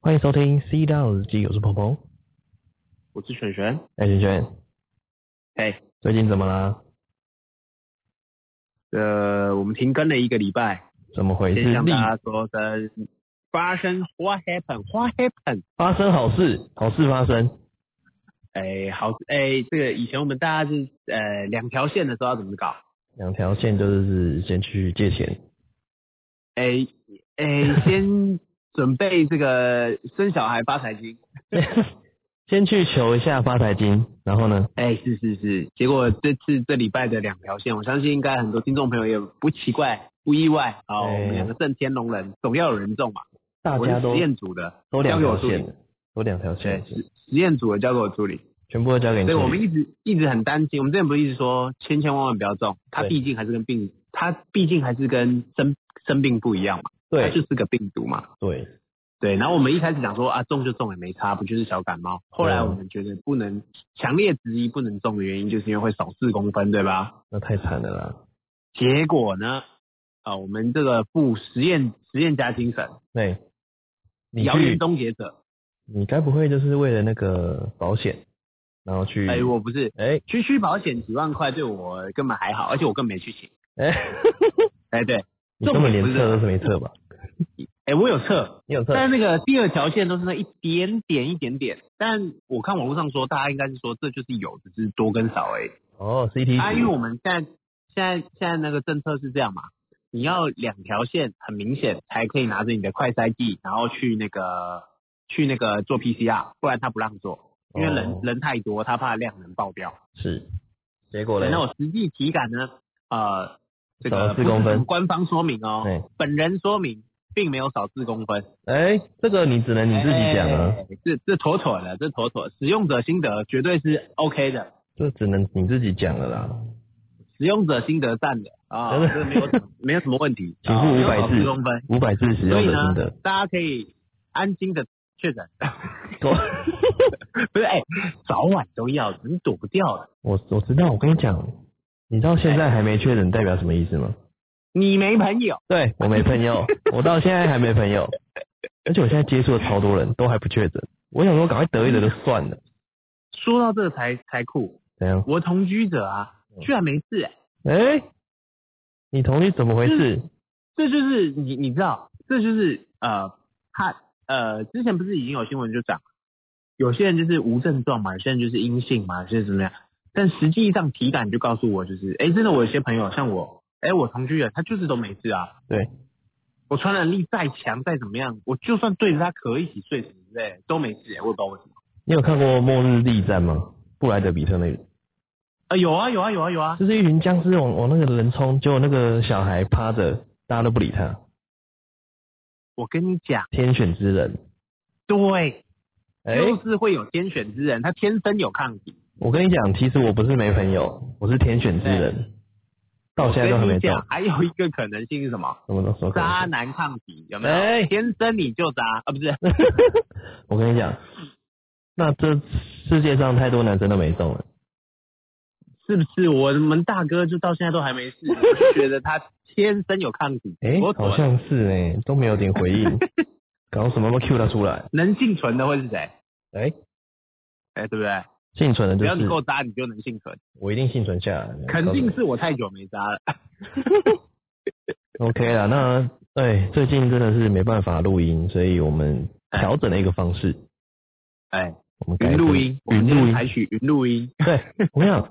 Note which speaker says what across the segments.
Speaker 1: 欢迎收听《C 到日记》，我是鹏鹏。
Speaker 2: 我是璇璇。
Speaker 1: 哎，轩轩，
Speaker 2: 嘿，
Speaker 1: 最近怎么啦？
Speaker 2: 呃，我们停更了一个礼拜，
Speaker 1: 怎么回事？
Speaker 2: 先向
Speaker 1: 力
Speaker 2: 大家说声发生 what happened，what happened？
Speaker 1: 发生好事，好事发生。
Speaker 2: 哎，好，哎，这个以前我们大家是呃两条线的时候要怎么搞？
Speaker 1: 两条线就是先去借钱，
Speaker 2: 哎哎， 先准备这个生小孩发财金。
Speaker 1: 先去求一下发财金，然后呢？
Speaker 2: 哎，是是是，结果这次这礼拜的两条线，我相信应该很多听众朋友也不奇怪，不意外。好，
Speaker 1: 哎
Speaker 2: 我们两个正天龙人，总要有人中嘛。
Speaker 1: 大
Speaker 2: 我
Speaker 1: 家
Speaker 2: 是
Speaker 1: 都
Speaker 2: 实验组的，
Speaker 1: 都
Speaker 2: 交
Speaker 1: 两
Speaker 2: 给我
Speaker 1: 条
Speaker 2: 处理。
Speaker 1: 线，都两条
Speaker 2: 对，
Speaker 1: 线，
Speaker 2: 实实验组的交给我处理。
Speaker 1: 全部都交给你
Speaker 2: 所以我
Speaker 1: 处
Speaker 2: 们
Speaker 1: 理。
Speaker 2: 一直一直很担心，我们之前不是一直说千千万万不要中，它
Speaker 1: 对
Speaker 2: 毕竟还是跟病，它毕竟还是跟生生病不一样嘛，它就
Speaker 1: 对
Speaker 2: 是个病毒嘛，
Speaker 1: 对，
Speaker 2: 对。然后我们一开始讲说啊中就中也没差，不就是小感冒？后来
Speaker 1: 嗯
Speaker 2: 我们觉得不能强烈质疑不能中的原因，就是因为会少四公分，对吧？
Speaker 1: 那太惨了啦。
Speaker 2: 结果呢，啊，我们这个副实验实验家精神，
Speaker 1: 对，你
Speaker 2: 谣言
Speaker 1: 去，
Speaker 2: 终结者，
Speaker 1: 你该不会就是为了那个保险，然后去？
Speaker 2: 哎，我不是
Speaker 1: 哎
Speaker 2: 区区保险几万块对我根本还好，而且我根本没去请，
Speaker 1: 哎，
Speaker 2: 哎，对，
Speaker 1: 你根本连
Speaker 2: 重点不是
Speaker 1: 测都是没测吧？
Speaker 2: 哎，我有测。
Speaker 1: 你有测？
Speaker 2: 但是那个第二条线都是那一点点一点点，但我看网络上说，大家应该是说这就是有，只是多跟少而已。
Speaker 1: 哦，CT
Speaker 2: 啊，因为
Speaker 1: 值
Speaker 2: 我们现在现在现在那个政策是这样嘛，你要两条线很明显才可以拿着你的快筛剂，然后去那个去那个做 PCR，不然他不让做，因为人、
Speaker 1: 哦
Speaker 2: 人太多，他怕量能爆掉。
Speaker 1: 是，哎结果嘞？
Speaker 2: 那我实际体感呢，呃，这
Speaker 1: 少
Speaker 2: 个
Speaker 1: 了四
Speaker 2: 不是
Speaker 1: 公分
Speaker 2: 什么官方说明哦，
Speaker 1: 对
Speaker 2: 本人说明并没有少四公分。
Speaker 1: 哎、这个你只能你自己讲啊，
Speaker 2: 哎这这妥妥的，这妥妥，使用者心得绝对是 OK 的，
Speaker 1: 这只能你自己讲了啦。
Speaker 2: 使用者心得赞的啊，
Speaker 1: 真的
Speaker 2: 这没有没有什么问题， 啊
Speaker 1: 请付五百字
Speaker 2: 四公分，
Speaker 1: 五百字使
Speaker 2: 所
Speaker 1: 用
Speaker 2: 以
Speaker 1: 者心
Speaker 2: 呢
Speaker 1: 得，，
Speaker 2: 大家可以安心的确诊，
Speaker 1: 我
Speaker 2: 不是哎，早晚都要的，你躲不掉的，
Speaker 1: 我我知道，我跟你讲，你到现在还没确诊，代表什么意思吗？
Speaker 2: 你没朋友，
Speaker 1: 对我没朋 友，我到现在还没朋友，而且我现在接触了超多人都还不确诊，我想说赶快得一得就算了，
Speaker 2: 说到这才才酷，
Speaker 1: 怎样？
Speaker 2: 我同居者啊，
Speaker 1: 嗯
Speaker 2: 居然没事哎，
Speaker 1: 哎、你同意怎么回事？
Speaker 2: 这就是你你知道，这就是呃，他呃，之前不是已经有新闻就讲，有些人就是无症状嘛，有些人就是阴性嘛，有些人怎么样？但实际上体感就告诉我，就是哎，真的我有些朋友像我，哎，我同居人他就是都没事啊。
Speaker 1: 对，
Speaker 2: 我传染力再强再怎么样，我就算对着他咳一起睡死之类的都没事、哎我也不知道为什么。
Speaker 1: 你有看过《末日地战》吗？布莱德比特那个，
Speaker 2: 啊，有啊有啊有啊有啊，
Speaker 1: 就是一群僵尸往往那个人冲，结果那个小孩趴着，大家都不理他，
Speaker 2: 我跟你讲，
Speaker 1: 天选之人。
Speaker 2: 对，
Speaker 1: 哎、
Speaker 2: 就是会有天选之人，他天生有抗体。
Speaker 1: 我跟你讲，其实我不是没朋友，我是天选之人，到哦现在都还
Speaker 2: 我跟
Speaker 1: 没
Speaker 2: 你
Speaker 1: 中，
Speaker 2: 讲，还有一个可能性是什么？
Speaker 1: 什么都说可
Speaker 2: 渣
Speaker 1: 能。
Speaker 2: 男抗体有没有？
Speaker 1: 哎
Speaker 2: 天生你就渣啊，不是？
Speaker 1: 我跟你讲，那这世界上太多男生都没中了，
Speaker 2: 是不是？我们大哥就到现在都还没事，我就觉得他天生有抗体。
Speaker 1: 哎、
Speaker 2: 我
Speaker 1: 好像是哎、都没有点回 应，搞什么都 Q 他出来，
Speaker 2: 能幸存的会是谁？
Speaker 1: 哎、
Speaker 2: 哎，对不对？
Speaker 1: 幸存的
Speaker 2: 只
Speaker 1: 就
Speaker 2: 要你够
Speaker 1: 是哎
Speaker 2: 渣，你就能幸存。
Speaker 1: 我一定幸存下来，
Speaker 2: 肯定是我太久没渣
Speaker 1: 哎
Speaker 2: 了。
Speaker 1: OK 啦。那哎，最近真的是没办法录音，所以我们调整了一个方式，
Speaker 2: 哎，
Speaker 1: 我们改
Speaker 2: 云
Speaker 1: 成
Speaker 2: 录音，我们
Speaker 1: 云
Speaker 2: 今
Speaker 1: 录
Speaker 2: 天
Speaker 1: 音，
Speaker 2: 采取云录音。
Speaker 1: 对，我跟你讲，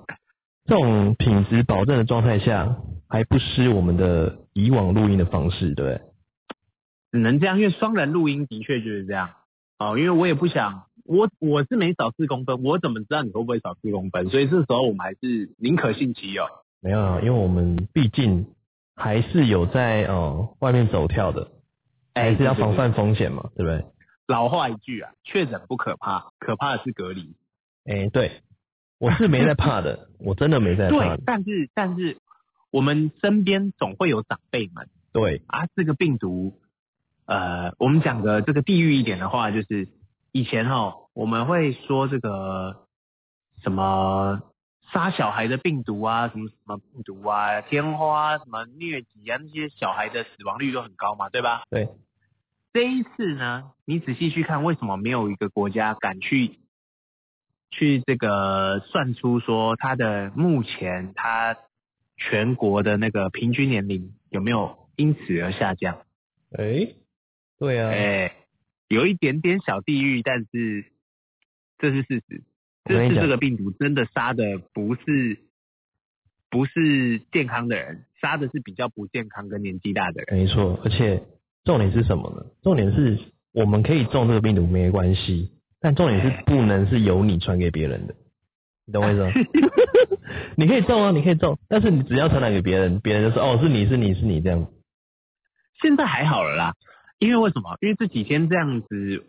Speaker 1: 这种品质保证的状态下，还不失我们的以往录音的方式，对不对？
Speaker 2: 只能这样，因为双人录音的确就是这样。哦，因为我也不想，我我是没少四公分，我怎么知道你会不会少四公分？所以这时候我们还是宁可信其有。
Speaker 1: 没有啊，因为我们毕竟还是有在呃外面走跳的，还是要
Speaker 2: 哎对对
Speaker 1: 防
Speaker 2: 对
Speaker 1: 范风险嘛，对不对？
Speaker 2: 老话一句啊，确诊不可怕，可怕的是隔离。
Speaker 1: 哎、对，我是没在怕的，我真的没在怕
Speaker 2: 对
Speaker 1: 的，，
Speaker 2: 但是但是我们身边总会有长辈们
Speaker 1: 对，
Speaker 2: 啊，这个病毒，呃，我们讲个这个地域一点的话，就是以前哦，我们会说这个什么杀小孩的病毒啊，什么什么病毒啊，天花啊、什么疟疾啊，那些小孩的死亡率都很高嘛，对吧？
Speaker 1: 对。
Speaker 2: 这一次呢，你仔细去看，为什么没有一个国家敢去去这个算出说它的目前它全国的那个平均年龄有没有因此而下降？
Speaker 1: 哎、对啊，
Speaker 2: 哎、有一点点小地域，但是这是事实。
Speaker 1: 我跟
Speaker 2: 这
Speaker 1: 你
Speaker 2: 次
Speaker 1: 讲
Speaker 2: 这个病毒真的杀的不是不是健康的人，杀的是比较不健康跟年纪大的人。
Speaker 1: 没错，而且重点是什么呢？重点是我们可以中这个病毒没关系，但重点是不能是由你传给别人的，你懂我意思吗？ 你可以中啊，你可以中，但是你只要传染给别人，别人就说哦是你是你是你这样，
Speaker 2: 现在还好了啦，因为为什么？因为这几天这样子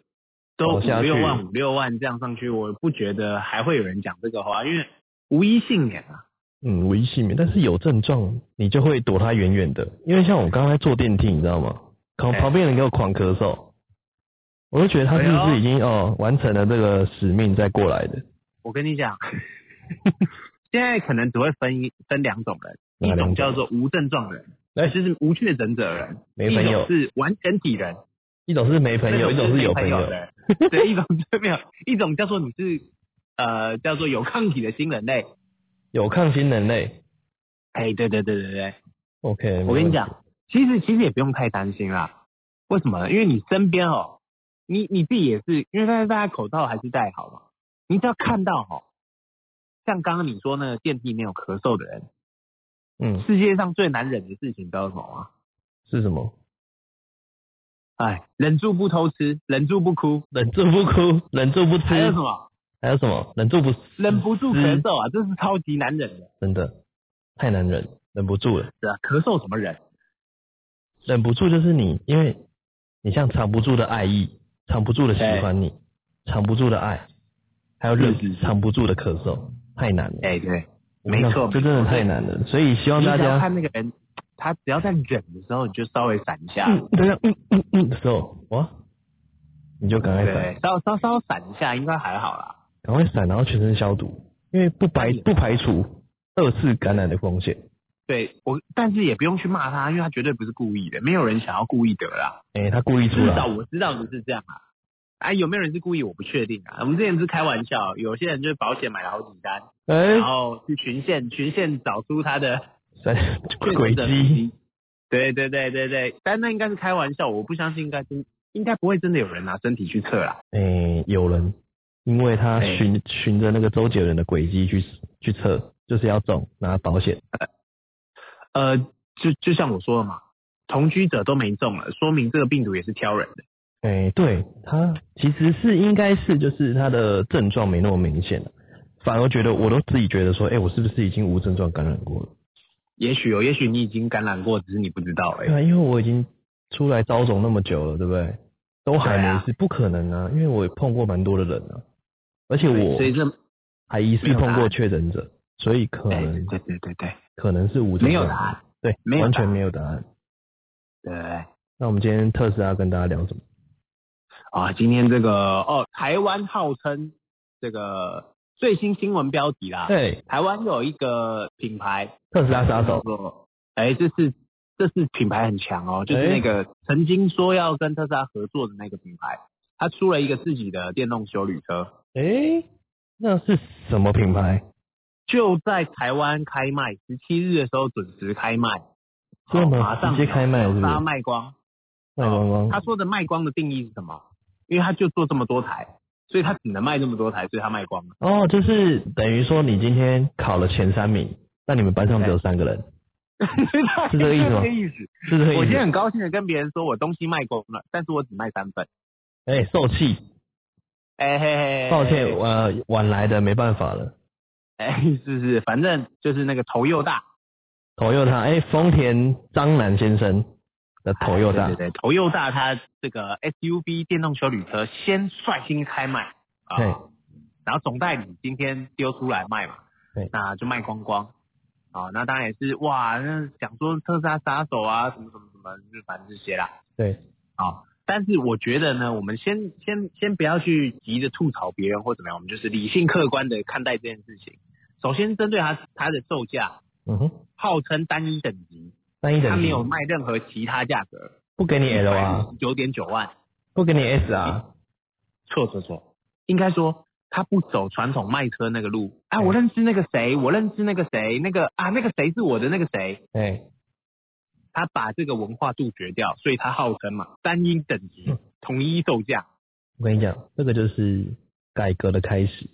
Speaker 2: 都五
Speaker 1: 往下去
Speaker 2: 六万五六万这样上去，我不觉得还会有人讲这个话，因为无一幸免啊。
Speaker 1: 嗯，无一幸免。但是有症状你就会躲他远远的，因为像我刚才坐电梯，你知道吗？旁
Speaker 2: 哎
Speaker 1: 旁边人给我狂咳嗽，我就觉得他是不
Speaker 2: 哎呦
Speaker 1: 是已经哦完成了这个使命再过来的？
Speaker 2: 我跟你讲， 现在可能只会分一分两种人，
Speaker 1: 哪
Speaker 2: 哎一
Speaker 1: 两种
Speaker 2: 种叫做无症状人，
Speaker 1: 哎
Speaker 2: 就是无确诊者人；
Speaker 1: 没
Speaker 2: 一
Speaker 1: 朋友
Speaker 2: 种是完全体人，
Speaker 1: 一种是没朋友，一
Speaker 2: 那
Speaker 1: 种是
Speaker 2: 没
Speaker 1: 有
Speaker 2: 朋
Speaker 1: 朋友
Speaker 2: 的。人。对，一种是没有，一种叫做你是呃叫做有抗体的新人类。
Speaker 1: 有抗新能类。
Speaker 2: 哎，对对对对对，
Speaker 1: OK，
Speaker 2: 我跟你讲，其实其实也不用太担心啦。为什么呢？因为你身边哦，你你自己也是，因为大家大家口罩还是戴好嘛。你只要看到哦，像刚刚你说那个电梯里面有咳嗽的人，
Speaker 1: 没问题，嗯，
Speaker 2: 世界上最难忍的事情，你知道是什么吗？啊
Speaker 1: 是什么？
Speaker 2: 哎，忍住不偷吃，忍住不哭，
Speaker 1: 忍住不哭，忍住不吃，
Speaker 2: 还有什么？
Speaker 1: 还有什么？忍住不死，
Speaker 2: 忍不住咳嗽啊，这是超级难忍的。
Speaker 1: 真的太难忍，忍不住了，
Speaker 2: 是啊，咳嗽怎么忍？
Speaker 1: 忍不住就是你，因为你像藏不住的爱意，藏不住的喜欢你，藏不住的爱，还有忍
Speaker 2: 是是是
Speaker 1: 藏不住的咳嗽，太难了。
Speaker 2: 哎，对，没错，
Speaker 1: 这真的太难了。所以希望
Speaker 2: 你
Speaker 1: 大
Speaker 2: 只要
Speaker 1: 家，
Speaker 2: 看那个人，他只要在忍的时候，你就稍微闪一下。
Speaker 1: 嗯，大家嗯嗯嗯的时候，哇，你就赶快闪。
Speaker 2: 对，稍稍稍闪一下，应该还好啦。
Speaker 1: 赶快闪，然后全身消毒，因为不排不排除二次感染的风险。
Speaker 2: 对我，但是也不用去骂他，因为他绝对不是故意的，没有人想要故意得啦。
Speaker 1: 哎、他故意出
Speaker 2: 至少
Speaker 1: 来，
Speaker 2: 我知道不是这样啊。啊，有没有人是故意？我不确定啊。我们之前是开玩笑，有些人就是保险买了好几单，
Speaker 1: 哎、
Speaker 2: 然后去群线群线找出他的
Speaker 1: 三
Speaker 2: 确 诊
Speaker 1: 轨
Speaker 2: 者
Speaker 1: 迹，。
Speaker 2: 对对对对对，但那应该是开玩笑，我不相信应该真应该不会真的有人拿身体去测啦。
Speaker 1: 哎、有人因为他
Speaker 2: 哎
Speaker 1: 循循着那个周杰伦的轨迹去去测，就是要中拿保险。
Speaker 2: 呃，就就像我说的嘛，同居者都没中了，说明这个病毒也是挑人的。
Speaker 1: 哎、对他其实是应该是就是他的症状没那么明显了，反而觉得我都自己觉得说，哎、我是不是已经无症状感染过了？
Speaker 2: 也许有，也许你已经感染过，只是你不知道
Speaker 1: 对
Speaker 2: 而已。
Speaker 1: 啊，因为我已经出来招总那么久了，对不对？都还
Speaker 2: 对
Speaker 1: 没
Speaker 2: 啊
Speaker 1: 事，不可能啊！因为我也碰过蛮多的人啊，而且我
Speaker 2: 所以这
Speaker 1: 还疑似碰过确诊者，所以可
Speaker 2: 哎
Speaker 1: 能
Speaker 2: 对对对对
Speaker 1: 可能是无症
Speaker 2: 对，没有
Speaker 1: 状
Speaker 2: 答案。
Speaker 1: 对，
Speaker 2: 没有
Speaker 1: 完
Speaker 2: 答
Speaker 1: 全
Speaker 2: 案
Speaker 1: 没有答案。
Speaker 2: 对啊、
Speaker 1: 那我们今天特斯拉跟大家聊什么？
Speaker 2: 今天这个哦，台湾号称这个最新新闻标题啦，
Speaker 1: 对，
Speaker 2: 台湾有一个品牌
Speaker 1: 哎特斯拉杀
Speaker 2: 叫
Speaker 1: 手，
Speaker 2: 做，哎，这是这是品牌很强哦，就是
Speaker 1: 哎
Speaker 2: 那个曾经说要跟特斯拉合作的那个品牌，它出了一个自己的电动修旅车，
Speaker 1: 哎、那是什么品牌？
Speaker 2: 就在台湾开卖，十七日的时候准时开卖，
Speaker 1: 这
Speaker 2: 好
Speaker 1: 么
Speaker 2: 马上
Speaker 1: 直接开卖是不是
Speaker 2: 把它卖光。
Speaker 1: 卖光光
Speaker 2: 哦他说的卖光的定义是什么？因为他就做这么多台，所以他只能卖这么多台，所以他 卖光了。
Speaker 1: 哦，就是等于说你今天考了前三名，那你们班上只有三个人，是这个意思吗
Speaker 2: 这个意思。
Speaker 1: 是这个
Speaker 2: 我
Speaker 1: 意
Speaker 2: 今
Speaker 1: 思
Speaker 2: 天？很高兴的跟别人说我东西卖光了，但是我只卖三份。
Speaker 1: 哎、受气，
Speaker 2: 哎嘿嘿，嘿
Speaker 1: 抱歉，呃，晚来的没办法了。
Speaker 2: 哎是是，反正就是那个头又大，
Speaker 1: 头佑他，哎、丰田张南先生的头佑
Speaker 2: 啊哎对
Speaker 1: 他，
Speaker 2: 对对，头又大，它这个 SUV 电动修旅车先率先开卖啊
Speaker 1: 对，
Speaker 2: 然后总代理今天丢出来卖嘛
Speaker 1: 对，
Speaker 2: 那就卖光光。啊，那当然也是哇，那想说特斯拉杀手啊，什么什么什么，就反正这些啦。
Speaker 1: 对，
Speaker 2: 啊，但是我觉得呢，我们先先先不要去急着吐槽别人或怎么样，我们就是理性客观的看待这件事情。首先，针对它它的售价，
Speaker 1: 嗯哼，
Speaker 2: 号称单一等级，
Speaker 1: 单一等
Speaker 2: 它
Speaker 1: 级
Speaker 2: 没有卖任何其他价格，
Speaker 1: 不给你 L 啊，
Speaker 2: 九点九万，
Speaker 1: 不给你 S 啊，
Speaker 2: 错错错，应该说他不走传统卖车那个路。啊，
Speaker 1: 对
Speaker 2: 我认识那个谁，我认识那个谁，那个啊，那个谁是我的那个谁，
Speaker 1: 哎、
Speaker 2: 他把这个文化杜绝掉，所以他号称嘛单一等级
Speaker 1: 嗯、
Speaker 2: 统一售价。
Speaker 1: 我跟你讲，这个就是改革的开始。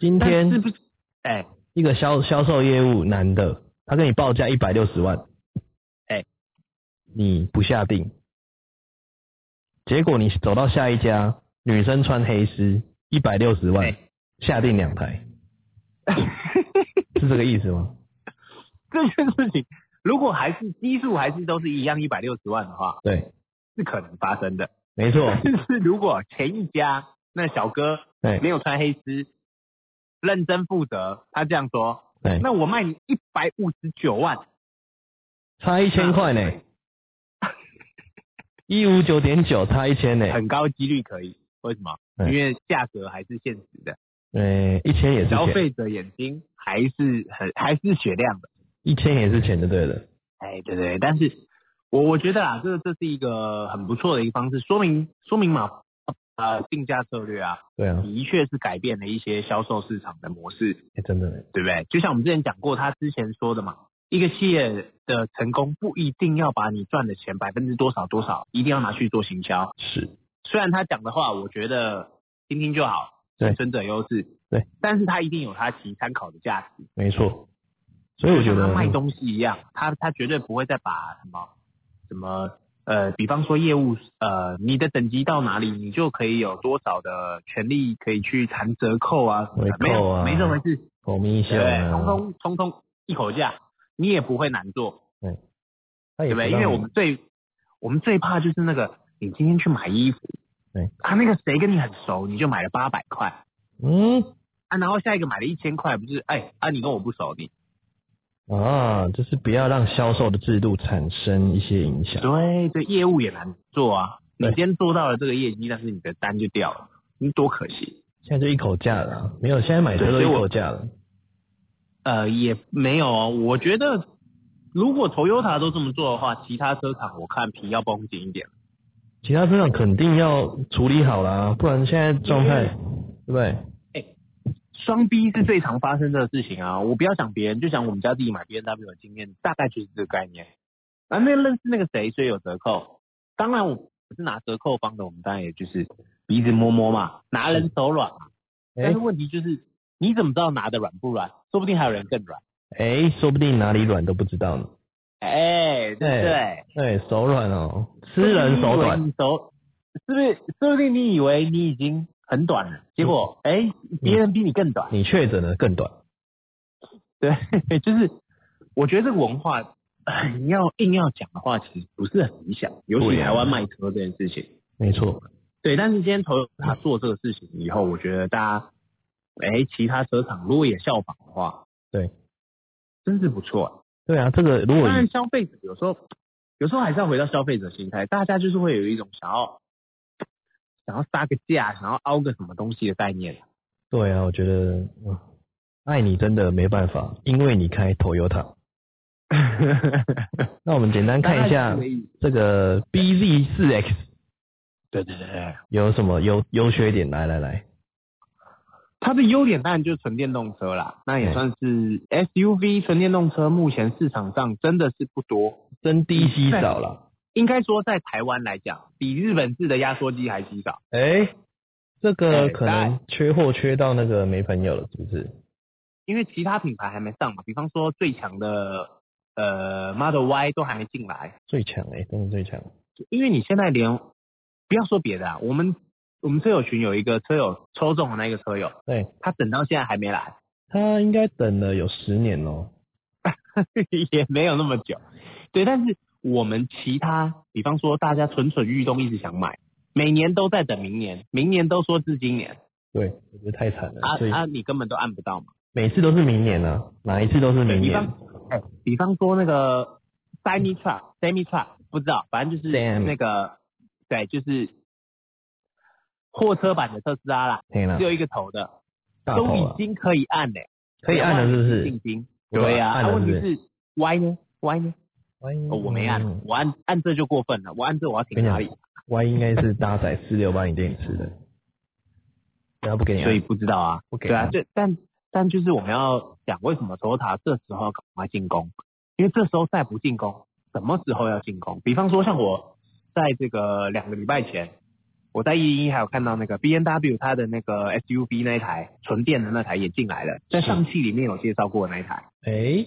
Speaker 1: 今
Speaker 2: 但是
Speaker 1: 天
Speaker 2: 不是？哎
Speaker 1: 一个销销售业务男的，他跟你报价一百六十万，
Speaker 2: 哎
Speaker 1: 你不下定，结果你走到下一家，女生穿黑丝，一百六十万、
Speaker 2: 哎
Speaker 1: 下定两 台，是这个意思吗？
Speaker 2: 这件事情，如果还是基数还是都是一样一百六十万的话，
Speaker 1: 对，
Speaker 2: 是可能发生的。
Speaker 1: 没 错，
Speaker 2: 但是如果前一家那小哥
Speaker 1: 对
Speaker 2: 没有穿黑丝，认真负责，他这样说，
Speaker 1: 对，
Speaker 2: 那我卖你一百五十九万，
Speaker 1: 差一千块呢， 一五九点九差一千呢，
Speaker 2: 很高几率可以。为什么？因
Speaker 1: 对
Speaker 2: 为价格还是现实的，
Speaker 1: 哎，一千也是
Speaker 2: 消
Speaker 1: 钱，
Speaker 2: 费者眼睛还是很还是雪亮的。
Speaker 1: 一千也是钱就对了。
Speaker 2: 哎，对对，对但是我我觉得啦，这这是一个很不错的一个方式，说明说明嘛，呃，定价策略啊，
Speaker 1: 对啊，
Speaker 2: 的确是改变了一些销售市场的模式。
Speaker 1: 哎真的，
Speaker 2: 对不对？就像我们之前讲过，他之前说的嘛，一个企业的成功不一定要把你赚的钱百分之多少多少，一定要拿去做行销。
Speaker 1: 是
Speaker 2: 虽然他讲的话，我觉得听听就好，
Speaker 1: 对
Speaker 2: 生者有优势，
Speaker 1: 对，
Speaker 2: 但是他一定有他其参考的价值。
Speaker 1: 没错。所以我觉
Speaker 2: 就像
Speaker 1: 得
Speaker 2: 他卖东西一样，他他绝对不会再把什么什么呃，比方说业务呃，你的等级到哪里，你就可以有多少的权利可以去谈折扣啊，什么的
Speaker 1: 回扣啊
Speaker 2: 没有没这回事。
Speaker 1: 我们一
Speaker 2: 对
Speaker 1: 下
Speaker 2: 不对，通通通通一口价，你也不会难做，
Speaker 1: 他
Speaker 2: 对
Speaker 1: 也
Speaker 2: 不对？
Speaker 1: 知
Speaker 2: 因
Speaker 1: 道
Speaker 2: 为我们最我们最怕就是那个，你今天去买衣服，
Speaker 1: 对，
Speaker 2: 啊，那个谁跟你很熟，你就买了八百块
Speaker 1: 嗯
Speaker 2: 啊，然后下一个买了一千块，不是？哎啊，你跟我不熟，你
Speaker 1: 啊，就是不要让销售的制度产生一些影响。
Speaker 2: 对对，业务也难做啊。你
Speaker 1: 对
Speaker 2: 今天做到了这个业绩，但是你的单就掉了，你多可惜。
Speaker 1: 现在就一口价了啊，没有现在买车都
Speaker 2: 对
Speaker 1: 一
Speaker 2: 所以我
Speaker 1: 口价了。
Speaker 2: 呃，也没有哦，我觉得如果 Toyota 都这么做的话，其他车厂我看皮要绷紧一点。
Speaker 1: 其他车厂肯定要处理好啦，不然现在状态
Speaker 2: 因
Speaker 1: 对
Speaker 2: 为
Speaker 1: 不对？
Speaker 2: 双 B 是最常发生的事情啊！我不要讲别人，就讲我们家自己买 B N W 的经验，大概就是这个概念。啊，那认识那个谁，所以有折扣。当然，我不是拿折扣方的，我们当然也就是鼻子摸摸嘛，拿人手软嘛。但
Speaker 1: 哎
Speaker 2: 是问题就是，你怎么知道拿的软不软？说不定还有人更软。
Speaker 1: 哎，说不定哪里软都不知道呢。
Speaker 2: 哎，对不对？
Speaker 1: 对，手软哦，吃人手
Speaker 2: 说
Speaker 1: 短。
Speaker 2: 不定你以为你手是不是？说不定你以为你已经很短了，结果
Speaker 1: 嗯
Speaker 2: 哎，别人比你更短。
Speaker 1: 你确诊的更短，
Speaker 2: 对，就是我觉得这个文化，哎你要硬要讲的话，其实不是很理想，尤其
Speaker 1: 对啊
Speaker 2: 台湾卖车这件事情。
Speaker 1: 没错，
Speaker 2: 对，但是今天 Toyota 做这个事情以后，我觉得大家，哎，其他车厂如果也效仿的话，
Speaker 1: 对，
Speaker 2: 真是不错。
Speaker 1: 对啊，这个如
Speaker 2: 当
Speaker 1: 果以
Speaker 2: 然，消费者有时候，有时候还是要回到消费者心态，大家就是会有一种想要想要杀个价，想要凹个什么东西的概念。
Speaker 1: 对啊，我觉得，嗯，爱你真的没办法，因为你开 Toyota。那我们简单看一
Speaker 2: 大概是
Speaker 1: 下
Speaker 2: 这个意思
Speaker 1: 这个 BZ 四 X
Speaker 2: 对对对对，
Speaker 1: 有什么优优缺点？来来来，
Speaker 2: 它的优点当然就是纯电动车啦，那也
Speaker 1: 嗯
Speaker 2: 算是 SUV 纯电动车目前市场上真的是不多，
Speaker 1: 真低
Speaker 2: 嗯
Speaker 1: 稀少了。
Speaker 2: 应该说在台湾来讲，比日本制的压缩机还稀少。
Speaker 1: 哎、这个
Speaker 2: 哎
Speaker 1: 可
Speaker 2: 大
Speaker 1: 能缺货缺到那个没朋友了，是不是？
Speaker 2: 因为其他品牌还没上嘛，比方说最强的呃 Model Y 都还没进来，
Speaker 1: 最强哎、真的最强。
Speaker 2: 因为你现在连不要说别的啊，我们我们车友群有一个车友抽中的那个车友，
Speaker 1: 对
Speaker 2: 他等到现在还没来，
Speaker 1: 他应该等了有十年哦、
Speaker 2: 也没有那么久。对，但是我们其他，比方说大家蠢蠢欲动，一直想买，每年都在等明年，明年都说至今年，
Speaker 1: 对，我觉得太惨了，
Speaker 2: 啊
Speaker 1: 所以
Speaker 2: 啊，你根本都按不到嘛。
Speaker 1: 每次都是明年啊，哪一次都是明
Speaker 2: 比
Speaker 1: 年。
Speaker 2: 方，哎，比方说那个 semi truck、semi truck，不知道，反正就是
Speaker 1: Semi
Speaker 2: 那个，对，就是货车版的特斯拉啦，
Speaker 1: 天啦
Speaker 2: 只，有一个头的，
Speaker 1: 嗯大
Speaker 2: 都
Speaker 1: 头
Speaker 2: 已
Speaker 1: 了，
Speaker 2: 经可以按嘞、
Speaker 1: 可以按了是不是？
Speaker 2: 定金。
Speaker 1: 我懂了
Speaker 2: 对呀、
Speaker 1: 按
Speaker 2: 啊，
Speaker 1: 了
Speaker 2: 问
Speaker 1: 是不
Speaker 2: 题
Speaker 1: 是
Speaker 2: 是 Y 呢？Y 呢？哦，我没按，我按按这就过分了，我按这我要停
Speaker 1: 跟你
Speaker 2: 哪
Speaker 1: 讲
Speaker 2: 里？
Speaker 1: Y 应该是搭载四六八零电池的，然后不给你按，
Speaker 2: 所以不知道啊，
Speaker 1: 不给
Speaker 2: 对啊，
Speaker 1: 按
Speaker 2: 这但但就是我们要讲为什么 Toyota 这时候要赶快进攻，因为这时候再不进攻，什么时候要进攻？比方说像我在这个两个礼拜前，我在一零一还有看到那个 B N W 它的那个 S U V 那一台纯电的那台也进来了，在
Speaker 1: 是
Speaker 2: 上汽里面有介绍过的那一台，
Speaker 1: 哎，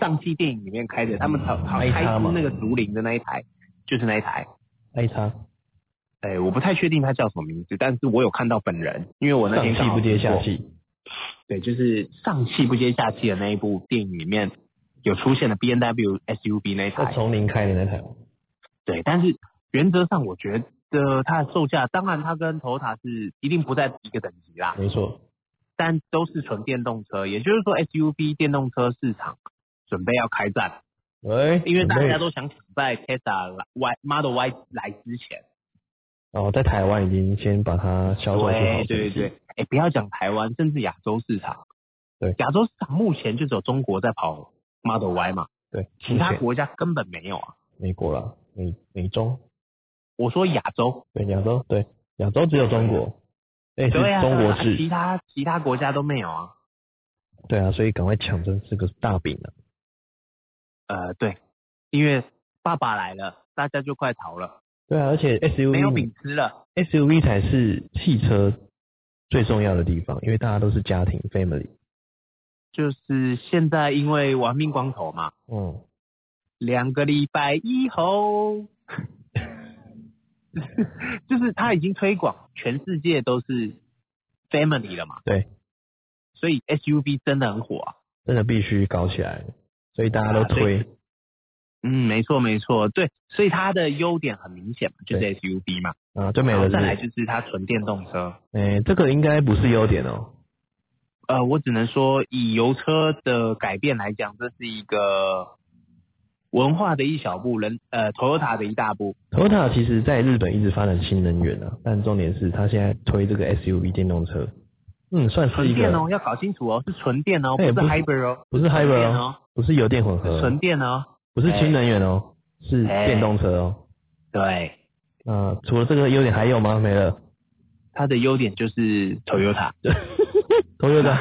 Speaker 2: 上汽电影里面开的，他们好
Speaker 1: 嗯
Speaker 2: 好
Speaker 1: 那一
Speaker 2: 开
Speaker 1: 台
Speaker 2: 出
Speaker 1: 嘛
Speaker 2: 那个竹林的那一台，就是那一台。
Speaker 1: 那一叉
Speaker 2: 哎，我不太确定他叫什么名字，但是我有看到本人，因为我那
Speaker 1: 上
Speaker 2: 天
Speaker 1: 气
Speaker 2: 刚好
Speaker 1: 不接
Speaker 2: 经
Speaker 1: 下
Speaker 2: 过
Speaker 1: 气，
Speaker 2: 对，就是上气不接下气的那一部电影里面有出现的 B N W S U V 那
Speaker 1: 那
Speaker 2: 一台，
Speaker 1: 从零开的那台吗，
Speaker 2: 对，但是原则上我觉得它的售价，当然它跟 Toyota 是一定不在一个等级啦，
Speaker 1: 没错，
Speaker 2: 但都是纯电动车，也就是说 S U V 电动车市场准备要开战，
Speaker 1: 喂，
Speaker 2: 哎因为
Speaker 1: 哎准
Speaker 2: 大
Speaker 1: 备
Speaker 2: 家都想抢在 Tesla 来 Y Model Y 来之前，
Speaker 1: 哦，在台湾已经先把它销售出好
Speaker 2: 对，对对，哎、不要讲台湾，甚至亚洲市场，
Speaker 1: 对
Speaker 2: 亚洲市场目前就只有中国在跑 Model Y 嘛，
Speaker 1: 对，
Speaker 2: 其他
Speaker 1: 目前
Speaker 2: 国家根本没有啊。
Speaker 1: 美国啦，美美中，
Speaker 2: 我说亚洲，
Speaker 1: 对亚洲，对亚洲只有中国，那也是
Speaker 2: 对啊，
Speaker 1: 中国
Speaker 2: 对啊
Speaker 1: 制，
Speaker 2: 其他其他国家都没有啊。
Speaker 1: 对啊，所以赶快抢这这个大饼啊！
Speaker 2: 呃，对，因为爸爸来了，大家就快逃了，
Speaker 1: 对啊，而且
Speaker 2: 没有
Speaker 1: SUV
Speaker 2: 饼吃了。
Speaker 1: SUV 才是汽车最重要的地方，因为大家都是家庭 family。
Speaker 2: 就是现在因为玩命光头嘛，
Speaker 1: 嗯，
Speaker 2: 两个礼拜以后， 就是他已经推广全世界都是 family 了嘛，
Speaker 1: 对，
Speaker 2: 所以 SUV 真的很火啊。
Speaker 1: 真的必须搞起来，所以大家都
Speaker 2: 啊
Speaker 1: 推。
Speaker 2: 嗯，没错没错，对，所以它的优点很明显嘛，就是
Speaker 1: 对
Speaker 2: SUV 嘛，
Speaker 1: 啊，最美
Speaker 2: 然
Speaker 1: 的是
Speaker 2: 后再，来就是它纯电动车。
Speaker 1: 哎、这个应该不是优点哦。
Speaker 2: 呃，我只能说，以油车的改变来讲，这是一个文化的一小步，人呃，Toyota 的一大步。
Speaker 1: Toyota 其实在日本一直发展新能源啊，但重点是它现在推这个 SUV 电动车，嗯，算是
Speaker 2: 纯
Speaker 1: 一
Speaker 2: 电
Speaker 1: 个
Speaker 2: 哦，要搞清楚哦，是纯电哦，不
Speaker 1: 哎
Speaker 2: 是
Speaker 1: 不是
Speaker 2: hybrid 哦，
Speaker 1: 不是 hybrid
Speaker 2: 纯电
Speaker 1: 哦，
Speaker 2: 哦，
Speaker 1: 不是油电混合
Speaker 2: 是
Speaker 1: 哦，
Speaker 2: 纯电哦。
Speaker 1: 不是新能源哦，是
Speaker 2: 哎
Speaker 1: 电动车哦。
Speaker 2: 对，
Speaker 1: 那、除了这个优点还有吗？没了。
Speaker 2: 它的优点就是 Toyota，
Speaker 1: Toyota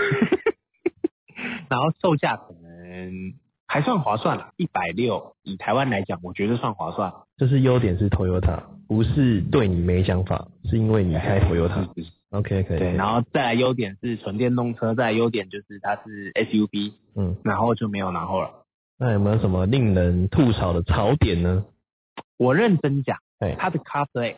Speaker 2: 然后售价可能还算划算了，一百六，以台湾来讲，我觉得算划算。
Speaker 1: 就是优点是 Toyota，不是对你没想法，是因为你开 Toyota。
Speaker 2: 是是是
Speaker 1: OK，可以。可
Speaker 2: 对，
Speaker 1: 以
Speaker 2: 然后再来优点是纯电动车，再来优点就是它是 SUV，
Speaker 1: 嗯，
Speaker 2: 然后就没有然后了。
Speaker 1: 那有没有什么令人吐槽的槽点呢？
Speaker 2: 我认真讲
Speaker 1: 对，
Speaker 2: 它的 CarPlay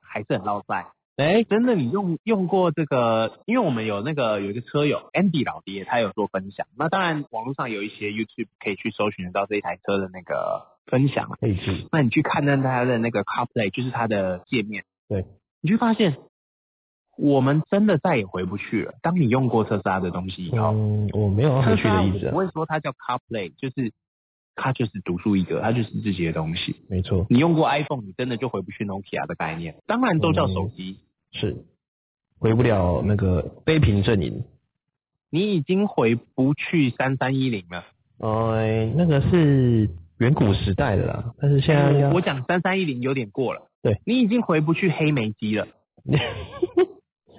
Speaker 2: 还是很落塞。
Speaker 1: 哎、
Speaker 2: 真的，你用用过这个？因为我们有那个有一个车友 Andy 老爹，他有做分享。那当然，网络上有一些 YouTube 可以去搜寻得到这一台车的那个分享。
Speaker 1: 配置
Speaker 2: 那你去看看它的那个 CarPlay，就是它的界面，
Speaker 1: 对，
Speaker 2: 你就发现我们真的再也回不去了。当你用过特斯拉的东西以后，
Speaker 1: 嗯，我没有要回去的意思、
Speaker 2: 我
Speaker 1: 啊
Speaker 2: 不，会说它叫 CarPlay，就是它就是独树一格，它就是自己的东西。
Speaker 1: 没错，
Speaker 2: 你用过 iPhone，你真的就回不去 Nokia 的概念。当然都叫手机，
Speaker 1: 是回不了那个悲平阵营。
Speaker 2: 你已经回不去三三一零了。
Speaker 1: 哎，那个是远古时代的啦，但是现在应该
Speaker 2: 嗯我我讲三三一零有点过了。
Speaker 1: 啊对，
Speaker 2: 你已经回不去黑莓机了。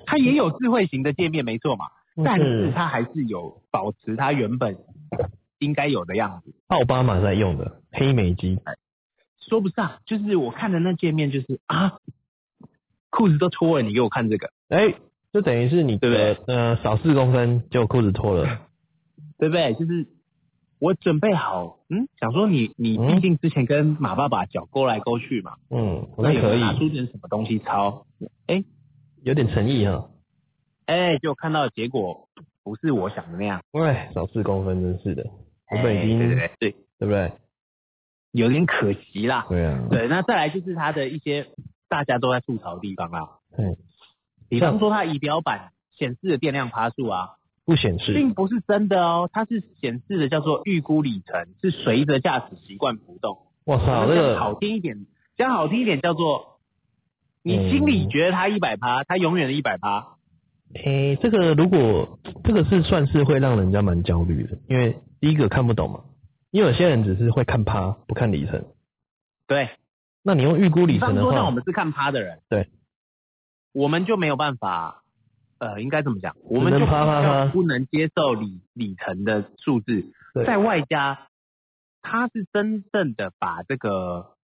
Speaker 2: 它也有智慧型的界面，没错嘛，
Speaker 1: 嗯
Speaker 2: 但是它还是有保持它原本应该有的样子。
Speaker 1: 奥巴马在用的黑莓机，
Speaker 2: 说不上，就是我看的那界面，就是啊，裤子都脱了，你给我看这个，
Speaker 1: 哎、就等于是你
Speaker 2: 对不对？
Speaker 1: 呃，少四公分，结果裤子脱了，
Speaker 2: 对不对？就是我准备好，嗯，想说你你
Speaker 1: 嗯
Speaker 2: 毕竟之前跟马爸爸脚勾来勾去嘛，
Speaker 1: 嗯，我说
Speaker 2: 那有
Speaker 1: 可
Speaker 2: 没有拿
Speaker 1: 以，
Speaker 2: 出点什么东西抄，
Speaker 1: 有点诚意哈。
Speaker 2: 哎，就看到结果不是我想的那样，
Speaker 1: 哎，少四公分真是的，我本
Speaker 2: 哎
Speaker 1: 已经、
Speaker 2: 对对对对，
Speaker 1: 对不对？
Speaker 2: 有点可惜啦。
Speaker 1: 对啊，
Speaker 2: 对，那再来就是它的一些大家都在吐槽的地方啦，
Speaker 1: 嗯，
Speaker 2: 比方说它仪表板显示的电量趴数啊，
Speaker 1: 不显示，
Speaker 2: 并不是真的哦，它是显示的叫做预估里程，是随着驾驶习惯浮动。
Speaker 1: 我操，这
Speaker 2: 这样好
Speaker 1: 啊个
Speaker 2: 听一点，讲好听一点叫做，你心里觉得他
Speaker 1: 嗯
Speaker 2: 一百趴，他永远的一百趴，
Speaker 1: 哎，这个如果这个是算是会让人家蛮焦虑的，因为第一个看不懂嘛，因为有些人只是会看趴，不看里程。
Speaker 2: 对，
Speaker 1: 那你用预估里
Speaker 2: 比
Speaker 1: 程
Speaker 2: 方
Speaker 1: 的
Speaker 2: 说，像我
Speaker 1: 话，
Speaker 2: 们是看趴的人，
Speaker 1: 对，
Speaker 2: 我们就没有办法，呃，应该怎么讲？我们
Speaker 1: 只
Speaker 2: 就
Speaker 1: 能趴趴
Speaker 2: 比较
Speaker 1: 趴
Speaker 2: 不能接受里里程的数字，
Speaker 1: 对
Speaker 2: 在外加他是真正的把这个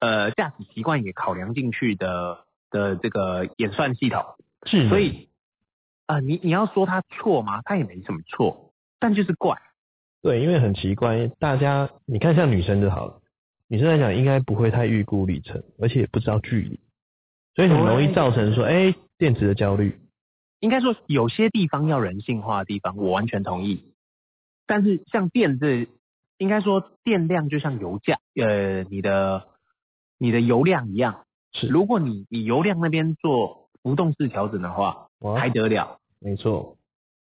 Speaker 2: 呃驾驶习惯也考量进去的的这个演算系统，
Speaker 1: 智能
Speaker 2: 所以啊、呃你你要说他错吗？他也没什么错，但就是怪。
Speaker 1: 对，因为很奇怪，大家你看像女生就好了，女生来讲应该不会太预估里程，而且也不知道距离，所以很容易
Speaker 2: 对
Speaker 1: 造成说，哎、电池的焦虑。
Speaker 2: 应该说有些地方要人性化的地方，我完全同意。但是像电这，应该说电量就像油价，呃，你的你的油量一样。
Speaker 1: 是
Speaker 2: 如果你你油量那边做浮动式调整的话，
Speaker 1: 哇
Speaker 2: 还得了？
Speaker 1: 没错，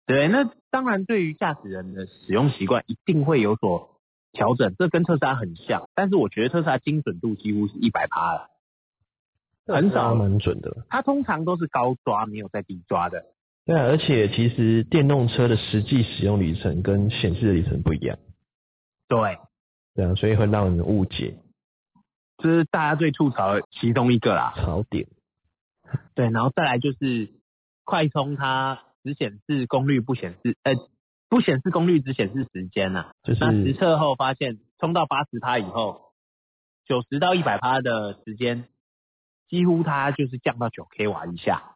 Speaker 2: 对，那当然对于驾驶人的使用习惯一定会有所调整，这跟特斯拉很像。但是我觉得特斯拉精准度几乎是一百趴了，很
Speaker 1: 这
Speaker 2: 少
Speaker 1: 个蛮准的。
Speaker 2: 它通常都是高抓，没有在低抓的。
Speaker 1: 对啊，而且其实电动车的实际使用里程跟显示的里程不一样，
Speaker 2: 对，
Speaker 1: 对啊，所以会让人误解
Speaker 2: 这是大家最吐槽的其中一个啦。
Speaker 1: 槽点。
Speaker 2: 对，然后再来就是快充，它只显示功率，不显示呃不显示功率，只显示时间呐、
Speaker 1: 就
Speaker 2: 那实
Speaker 1: 是
Speaker 2: 测后发现，充到八十趴以后，九十到一百趴的时间，几乎它就是降到九 k 瓦以下。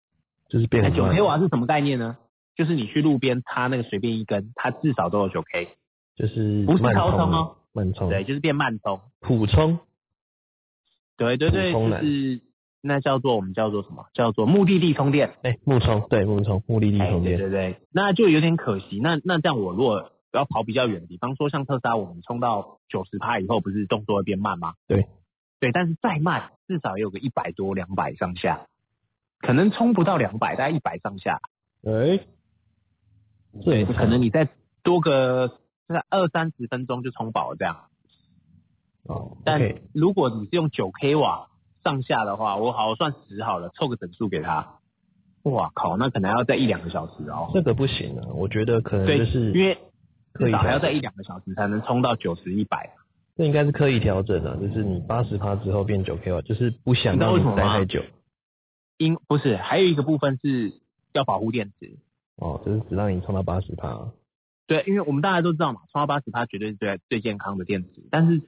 Speaker 1: 就是变
Speaker 2: 那
Speaker 1: 很
Speaker 2: 九 k
Speaker 1: 慢
Speaker 2: 瓦是什么概念呢？就是你去路边插那个随便一根，它至少都有九 k。
Speaker 1: 就是
Speaker 2: 不是
Speaker 1: 慢
Speaker 2: 超
Speaker 1: 充
Speaker 2: 充
Speaker 1: 了
Speaker 2: 哦，
Speaker 1: 慢充
Speaker 2: 对，就是变慢充。
Speaker 1: 普充
Speaker 2: 对对对，
Speaker 1: 普通
Speaker 2: 就
Speaker 1: 人
Speaker 2: 是那叫做我们叫做什么？叫做目的地充电。
Speaker 1: 哎、木充对木充目的地
Speaker 2: 哎，
Speaker 1: 充
Speaker 2: 对
Speaker 1: 电，
Speaker 2: 对对，那就有点可惜。那那这样，我如果要跑比较远，比方说像特斯拉，我们冲到九十趴以后，不是动作会变慢吗？
Speaker 1: 对，
Speaker 2: 对，但是再慢，至少也有个一百多、两百上下，可能冲不到两百，大概一百上下，
Speaker 1: 哎、对，
Speaker 2: 可能你再多个就是二三十分钟就充饱了这样。
Speaker 1: 哦
Speaker 2: 但
Speaker 1: ，OK，
Speaker 2: 如果你是用九 k 瓦上下的话，我好我算十好了，凑个整数给他。哇靠，那可能还要再一两个小时哦。
Speaker 1: 这个不行啊，我觉得可能
Speaker 2: 对，
Speaker 1: 就是
Speaker 2: 因为
Speaker 1: 刻
Speaker 2: 至
Speaker 1: 意
Speaker 2: 少还要
Speaker 1: 调
Speaker 2: 在
Speaker 1: 整，
Speaker 2: 一两个小时才能冲到九十一百。
Speaker 1: 这应该是刻意调整啊，就是你八十趴之后变九 K 瓦，就是不想
Speaker 2: 你知
Speaker 1: 让
Speaker 2: 道为
Speaker 1: 你
Speaker 2: 什么
Speaker 1: 待
Speaker 2: 吗
Speaker 1: 太久
Speaker 2: 因不是，还有一个部分是要保护电池。
Speaker 1: 哦，就是只让你充到八十趴，
Speaker 2: 对，因为我们大家都知道嘛，充到八十它绝对是最最健康的电池。但是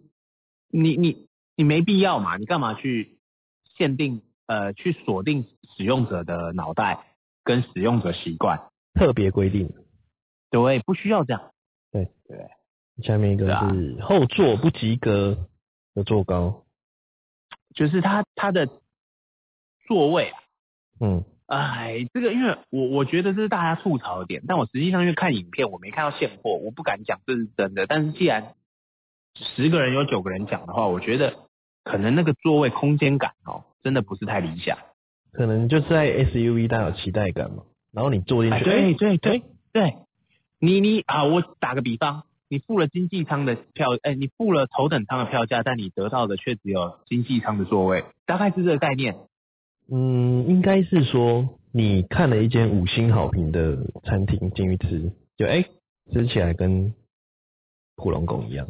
Speaker 2: 你你你没必要嘛，你干嘛去限定呃去锁定使用者的脑袋跟使用者习惯？
Speaker 1: 特别规定。
Speaker 2: 对，不需要这样。
Speaker 1: 下面一个
Speaker 2: 对啊
Speaker 1: 是后座不及格的坐高，
Speaker 2: 就是它它的座位啊，
Speaker 1: 嗯，
Speaker 2: 哎，这个因为我我觉得这是大家吐槽的点，但我实际上因为看影片，我没看到现货，我不敢讲这是真的。但是既然十个人有九个人讲的话，我觉得可能那个座位空间感哦，真的不是太理想。
Speaker 1: 可能就是在 SUV 大家有期待感嘛，然后你坐进去，
Speaker 2: 对
Speaker 1: 哎
Speaker 2: 对对对，你你啊，我打个比方，你付了经济舱的票，哎，你付了头等舱的票价，但你得到的却只有经济舱的座位，大概是这个概念。
Speaker 1: 嗯，应该是说你看了一间五星好评的餐厅进去吃，就哎、吃起来跟普龙宫一样，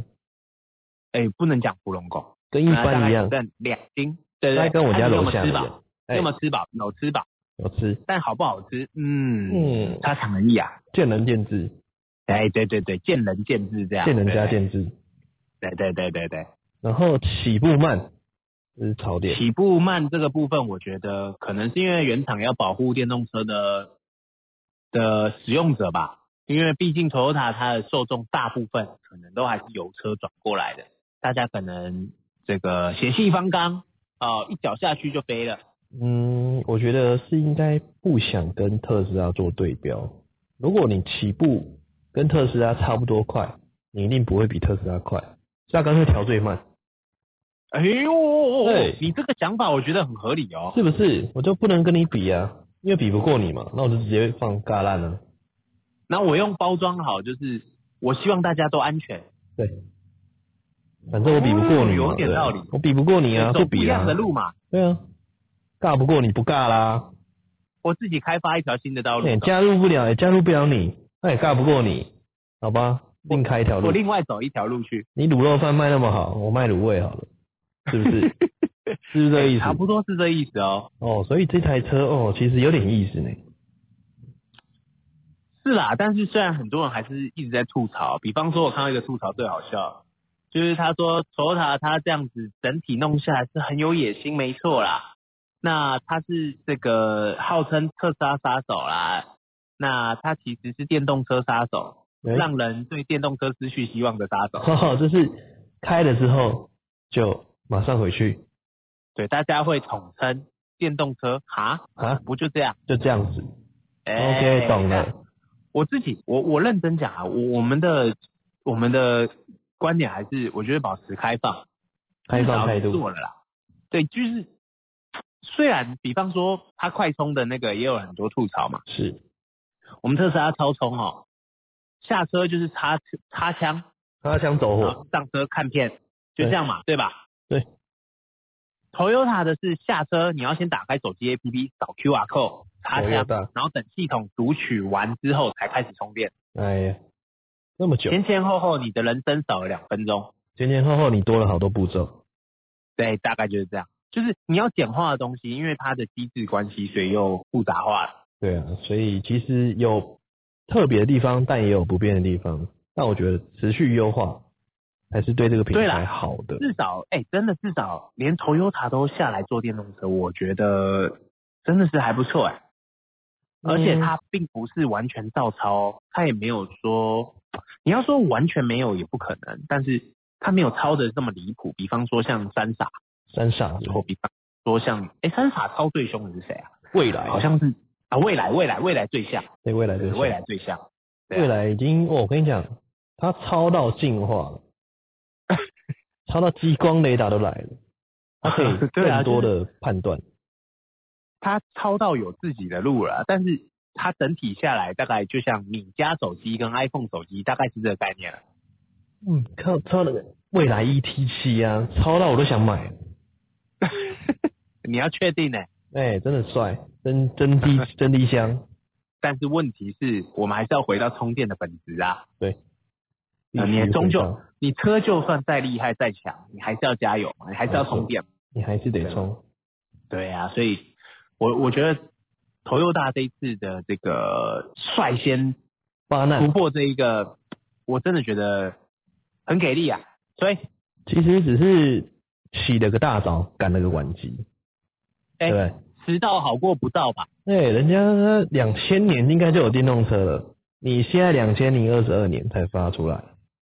Speaker 2: 哎，不能讲芙蓉狗，
Speaker 1: 跟一般一样，
Speaker 2: 但两斤，哎对
Speaker 1: 大概
Speaker 2: 对对，
Speaker 1: 跟我家
Speaker 2: 看你
Speaker 1: 楼
Speaker 2: 有没有
Speaker 1: 下哎
Speaker 2: 吃
Speaker 1: 一
Speaker 2: 饱
Speaker 1: 样。
Speaker 2: 有没有吃饱？有吃饱，
Speaker 1: 我吃，
Speaker 2: 但好不好吃？嗯，
Speaker 1: 嗯，
Speaker 2: 差强人意啊。
Speaker 1: 见仁见智，
Speaker 2: 哎，对对对，见仁见智这样。
Speaker 1: 见仁加
Speaker 2: 对。
Speaker 1: 见智。
Speaker 2: 对对对对对，
Speaker 1: 然后起步慢这是槽点，
Speaker 2: 起步慢这个部分，我觉得可能是因为原厂要保护电动车的的使用者吧，因为毕竟 Toyota 它的受众大部分可能都还是油车转过来的，大家可能这个血气方刚哦，一脚下去就飞了。
Speaker 1: 嗯，我觉得是应该不想跟特斯拉做对标。如果你起步跟特斯拉差不多快，你一定不会比特斯拉快，所以它干脆调最慢，
Speaker 2: 哎呦，哦哦哦
Speaker 1: 对
Speaker 2: 你这个想法我觉得很合理哦。
Speaker 1: 是不是？我就不能跟你比啊，因为比不过你嘛，那我就直接放尬烂了。
Speaker 2: 那我用包装好，就是我希望大家都安全。
Speaker 1: 对，反正我比不过你嘛，
Speaker 2: 哦有点
Speaker 1: 对啊
Speaker 2: 道理
Speaker 1: 我比不过你啊，
Speaker 2: 走不一
Speaker 1: 比
Speaker 2: 样
Speaker 1: 啊
Speaker 2: 的，路嘛，
Speaker 1: 对啊，尬不过你不尬啦，
Speaker 2: 我自
Speaker 1: 哎
Speaker 2: 己开发一条新的道路
Speaker 1: 哎、。加入不了，也加入不了你，那也尬不过你，好吧？另开一条
Speaker 2: 我
Speaker 1: 路。
Speaker 2: 另外走一条路去，
Speaker 1: 你卤肉饭卖那么好，我卖卤味好了，是 不是？是不是这个意思
Speaker 2: 差？不多是这意思哦。
Speaker 1: 哦，所以这台车哦，其实有点意思呢。
Speaker 2: 是啦，但是虽然很多人还是一直在吐槽，比方说我看到一个吐槽最好笑，就是他说 Toyota 他这样子整体弄下来是很有野心，没错啦。那他是这个号称特斯拉杀手啦，那他其实是电动车杀手，
Speaker 1: 哎
Speaker 2: 让人对电动车失去希望的杀手。
Speaker 1: 哈哈，就是开了之后就马上回去
Speaker 2: 对，大家会统称电动车哈，
Speaker 1: 啊，
Speaker 2: 不就这样？
Speaker 1: 就这样子。
Speaker 2: 哎
Speaker 1: OK，懂了。
Speaker 2: 我自己，我我认真讲啊，我我们的我们的观点还是，我觉得保持开放，
Speaker 1: 开放态
Speaker 2: 至少
Speaker 1: 度
Speaker 2: 做了啦。对，就是虽然比方说它快充的那个也有很多吐槽嘛，
Speaker 1: 是
Speaker 2: 我们特斯拉超充哦，下车就是插插枪，
Speaker 1: 他想走
Speaker 2: 然
Speaker 1: 火，
Speaker 2: 后上车看片，就这样嘛，对吧？
Speaker 1: 哦对。
Speaker 2: Toyota 的是下车你要先打开手机 APP 扫 QR code 插枪
Speaker 1: Toyota，
Speaker 2: 然后等系统读取完之后才开始充电。
Speaker 1: 哎呀，那么久，
Speaker 2: 前前后后，你的人生少了两分钟。
Speaker 1: 前前后后你多了好多步骤。
Speaker 2: 对，大概就是这样。就是你要简化的东西，因为它的机制关系，所以又复杂化了。
Speaker 1: 对啊，所以其实有特别的地方，但也有不变的地方。但我觉得持续优化还是对这个品
Speaker 2: 对
Speaker 1: 牌
Speaker 2: 啦
Speaker 1: 好的。
Speaker 2: 至少，哎、真的至少连 Toyota 都下来做电动车，我觉得真的是还不错哎、而且它并不是完全照抄哦，它也没有说，你要说完全没有也不可能，但是它没有抄的这么离谱。比方说像三傻，
Speaker 1: 三傻
Speaker 2: 或比方说像，哎、三傻抄最凶的是谁啊？
Speaker 1: 未来
Speaker 2: 好像是啊，未来，未来，未来最像，
Speaker 1: 对未来
Speaker 2: 对
Speaker 1: 对
Speaker 2: 未来最像。对啊
Speaker 1: 未来已经，哦我跟你讲，它超到进化 了，超到激光雷达都来了，它可以
Speaker 2: 对
Speaker 1: 更
Speaker 2: 啊
Speaker 1: 多的判断。
Speaker 2: 它抄到有自己的路了，但是它整体下来大概就像你家手机跟 iPhone 手机大概是这个概念了。
Speaker 1: 嗯，看超那个未来 ET 七啊，超到我都想买了，
Speaker 2: 你要确定呢、
Speaker 1: 哎、真的帅，真真 低真低香，
Speaker 2: 但是问题是我们还是要回到充电的本质啊。
Speaker 1: 对，
Speaker 2: 呃
Speaker 1: 必须
Speaker 2: 你终
Speaker 1: 回
Speaker 2: 究
Speaker 1: 到，
Speaker 2: 你车就算再厉害再强，你还是要加油嘛，你还是要充电嘛。
Speaker 1: 你还是得充。
Speaker 2: 对啊，所以我我觉得头又大这一次的这个率先
Speaker 1: 巴
Speaker 2: 突
Speaker 1: 难，
Speaker 2: 破这一个，我真的觉得很给力啊。所以，
Speaker 1: 其实只是起了个大早，赶了个晚集，对
Speaker 2: 哎、
Speaker 1: 不对？
Speaker 2: 迟到好过不到吧？
Speaker 1: 哎、人家两千年应该就有电动车了，你现在两千零二十二年才发出来。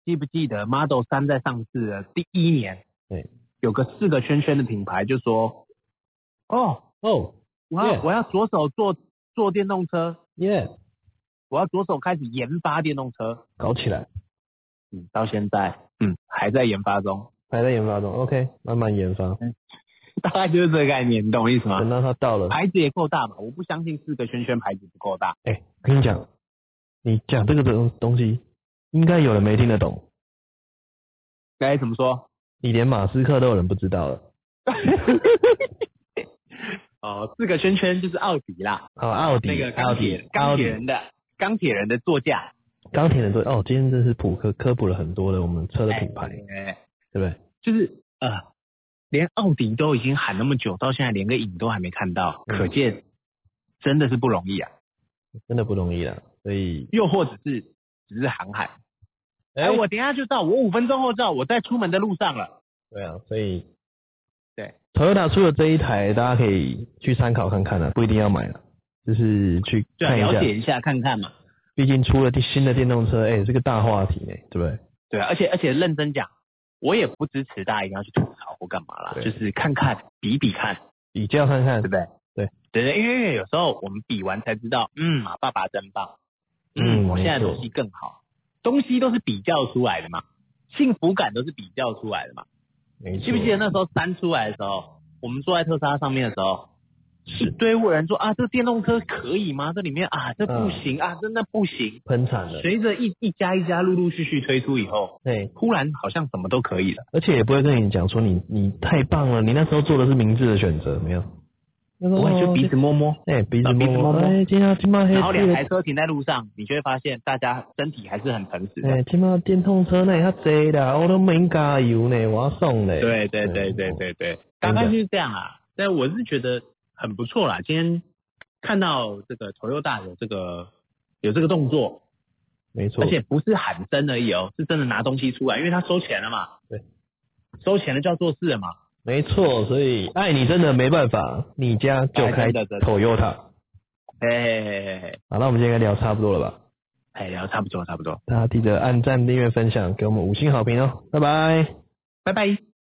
Speaker 2: 记不记得 Model 三在上市的第一年，
Speaker 1: 对，
Speaker 2: 有个四个圈圈的品牌就说，哦，
Speaker 1: 哦
Speaker 2: 我要
Speaker 1: Yeah
Speaker 2: 我要左手做做电动车，
Speaker 1: 耶，
Speaker 2: 我要左手开始研发电动车，
Speaker 1: 搞起来，
Speaker 2: 嗯，到现在，嗯，还在研发中，
Speaker 1: 还在研发中。OK，慢慢研发，
Speaker 2: 嗯大概就是这个概念，你懂我意思
Speaker 1: 等
Speaker 2: 吗？
Speaker 1: 到它到了。
Speaker 2: 牌子也够大嘛，我不相信四个圈圈牌子不够大，
Speaker 1: 哎、跟你讲，你讲这个东东西，应该有人没听得懂，
Speaker 2: 该怎么说？
Speaker 1: 你连马斯克都有人不知道了。
Speaker 2: 哦，四个圈圈就是奥迪啦，
Speaker 1: 好，哦奥迪，
Speaker 2: 那个
Speaker 1: 奥
Speaker 2: 钢
Speaker 1: 迪
Speaker 2: 铁，
Speaker 1: 奥
Speaker 2: 钢铁
Speaker 1: 迪，
Speaker 2: 人的钢铁人的座驾，
Speaker 1: 钢铁人队。哦，今天真是普科科普了很多的我们车的品牌，
Speaker 2: 哎
Speaker 1: 对不对？
Speaker 2: 就是呃，连奥迪都已经喊那么久，到现在连个影都还没看到，
Speaker 1: 嗯
Speaker 2: 可见真的是不容易啊。
Speaker 1: 真的不容易啦，所以，
Speaker 2: 又或者是只是喊喊，哎、
Speaker 1: 哎
Speaker 2: 我等一下就到，我五分钟后到，我在出门的路上了。
Speaker 1: 对啊，所以
Speaker 2: 对
Speaker 1: ，Toyota 出的这一台，大家可以去参考看看啊了，不一定要买了，就是去
Speaker 2: 对啊，
Speaker 1: 看一
Speaker 2: 了
Speaker 1: 下，
Speaker 2: 解一下看看嘛。
Speaker 1: 毕竟出了第新的电动车，哎、这个大话题呢、对不对？
Speaker 2: 对啊，而且而且认真讲，我也不支持大家一定要去吐槽或干嘛啦，
Speaker 1: 对
Speaker 2: 就是看看比比看，
Speaker 1: 比较看看
Speaker 2: 对不，对？
Speaker 1: 对
Speaker 2: 对对，因为因为有时候我们比完才知道，嗯，马爸爸真棒，
Speaker 1: 嗯
Speaker 2: 嗯，我现在
Speaker 1: 没错
Speaker 2: 东西更好，东西都是比较出来的嘛，幸福感都是比较出来的嘛。
Speaker 1: 没错
Speaker 2: 记不记得那时候三出来的时候，我们坐在特斯拉上面的时候，一
Speaker 1: 是
Speaker 2: 堆人说啊，这电动车可以吗？这里面啊，这不
Speaker 1: 嗯
Speaker 2: 行、啊，真的不行。
Speaker 1: 喷惨了，哎
Speaker 2: 随着一一家一家陆陆续续推出以后，
Speaker 1: 对，
Speaker 2: 忽然好像什么都可以了。
Speaker 1: 而且也不会跟你讲说你你太棒了，你那时候做的是明智的选择，没有？我
Speaker 2: 我们就彼此摸摸，
Speaker 1: 哎鼻子
Speaker 2: 啊鼻子
Speaker 1: 摸
Speaker 2: 摸摸
Speaker 1: 哎，今天今晚黑
Speaker 2: 然后两
Speaker 1: 这个
Speaker 2: 台车停在路上，你就会发现大家身体还是很诚实的。
Speaker 1: 哎，今晚电动车呢，较济啦，我都没加油呢，我要送嘞。
Speaker 2: 对对对对对对，大概就是这样啊。但我是觉得很不错啦，今天看到这个 Toyota 有这个有这个动作，
Speaker 1: 没错
Speaker 2: 而。且不是喊声而已哦，是真的拿东西出来，因为他收钱了嘛。
Speaker 1: 对，
Speaker 2: 收钱了就要做事了嘛。
Speaker 1: 没错，所以爱你真的没办法，你家就开
Speaker 2: 哎真的真的
Speaker 1: Toyota。
Speaker 2: 哎
Speaker 1: 好，那我们今天应该聊差不多了吧？
Speaker 2: 哎，聊差不多差不多，
Speaker 1: 大家记得按赞、订阅、分享，给我们五星好评哦，拜拜。
Speaker 2: 拜拜。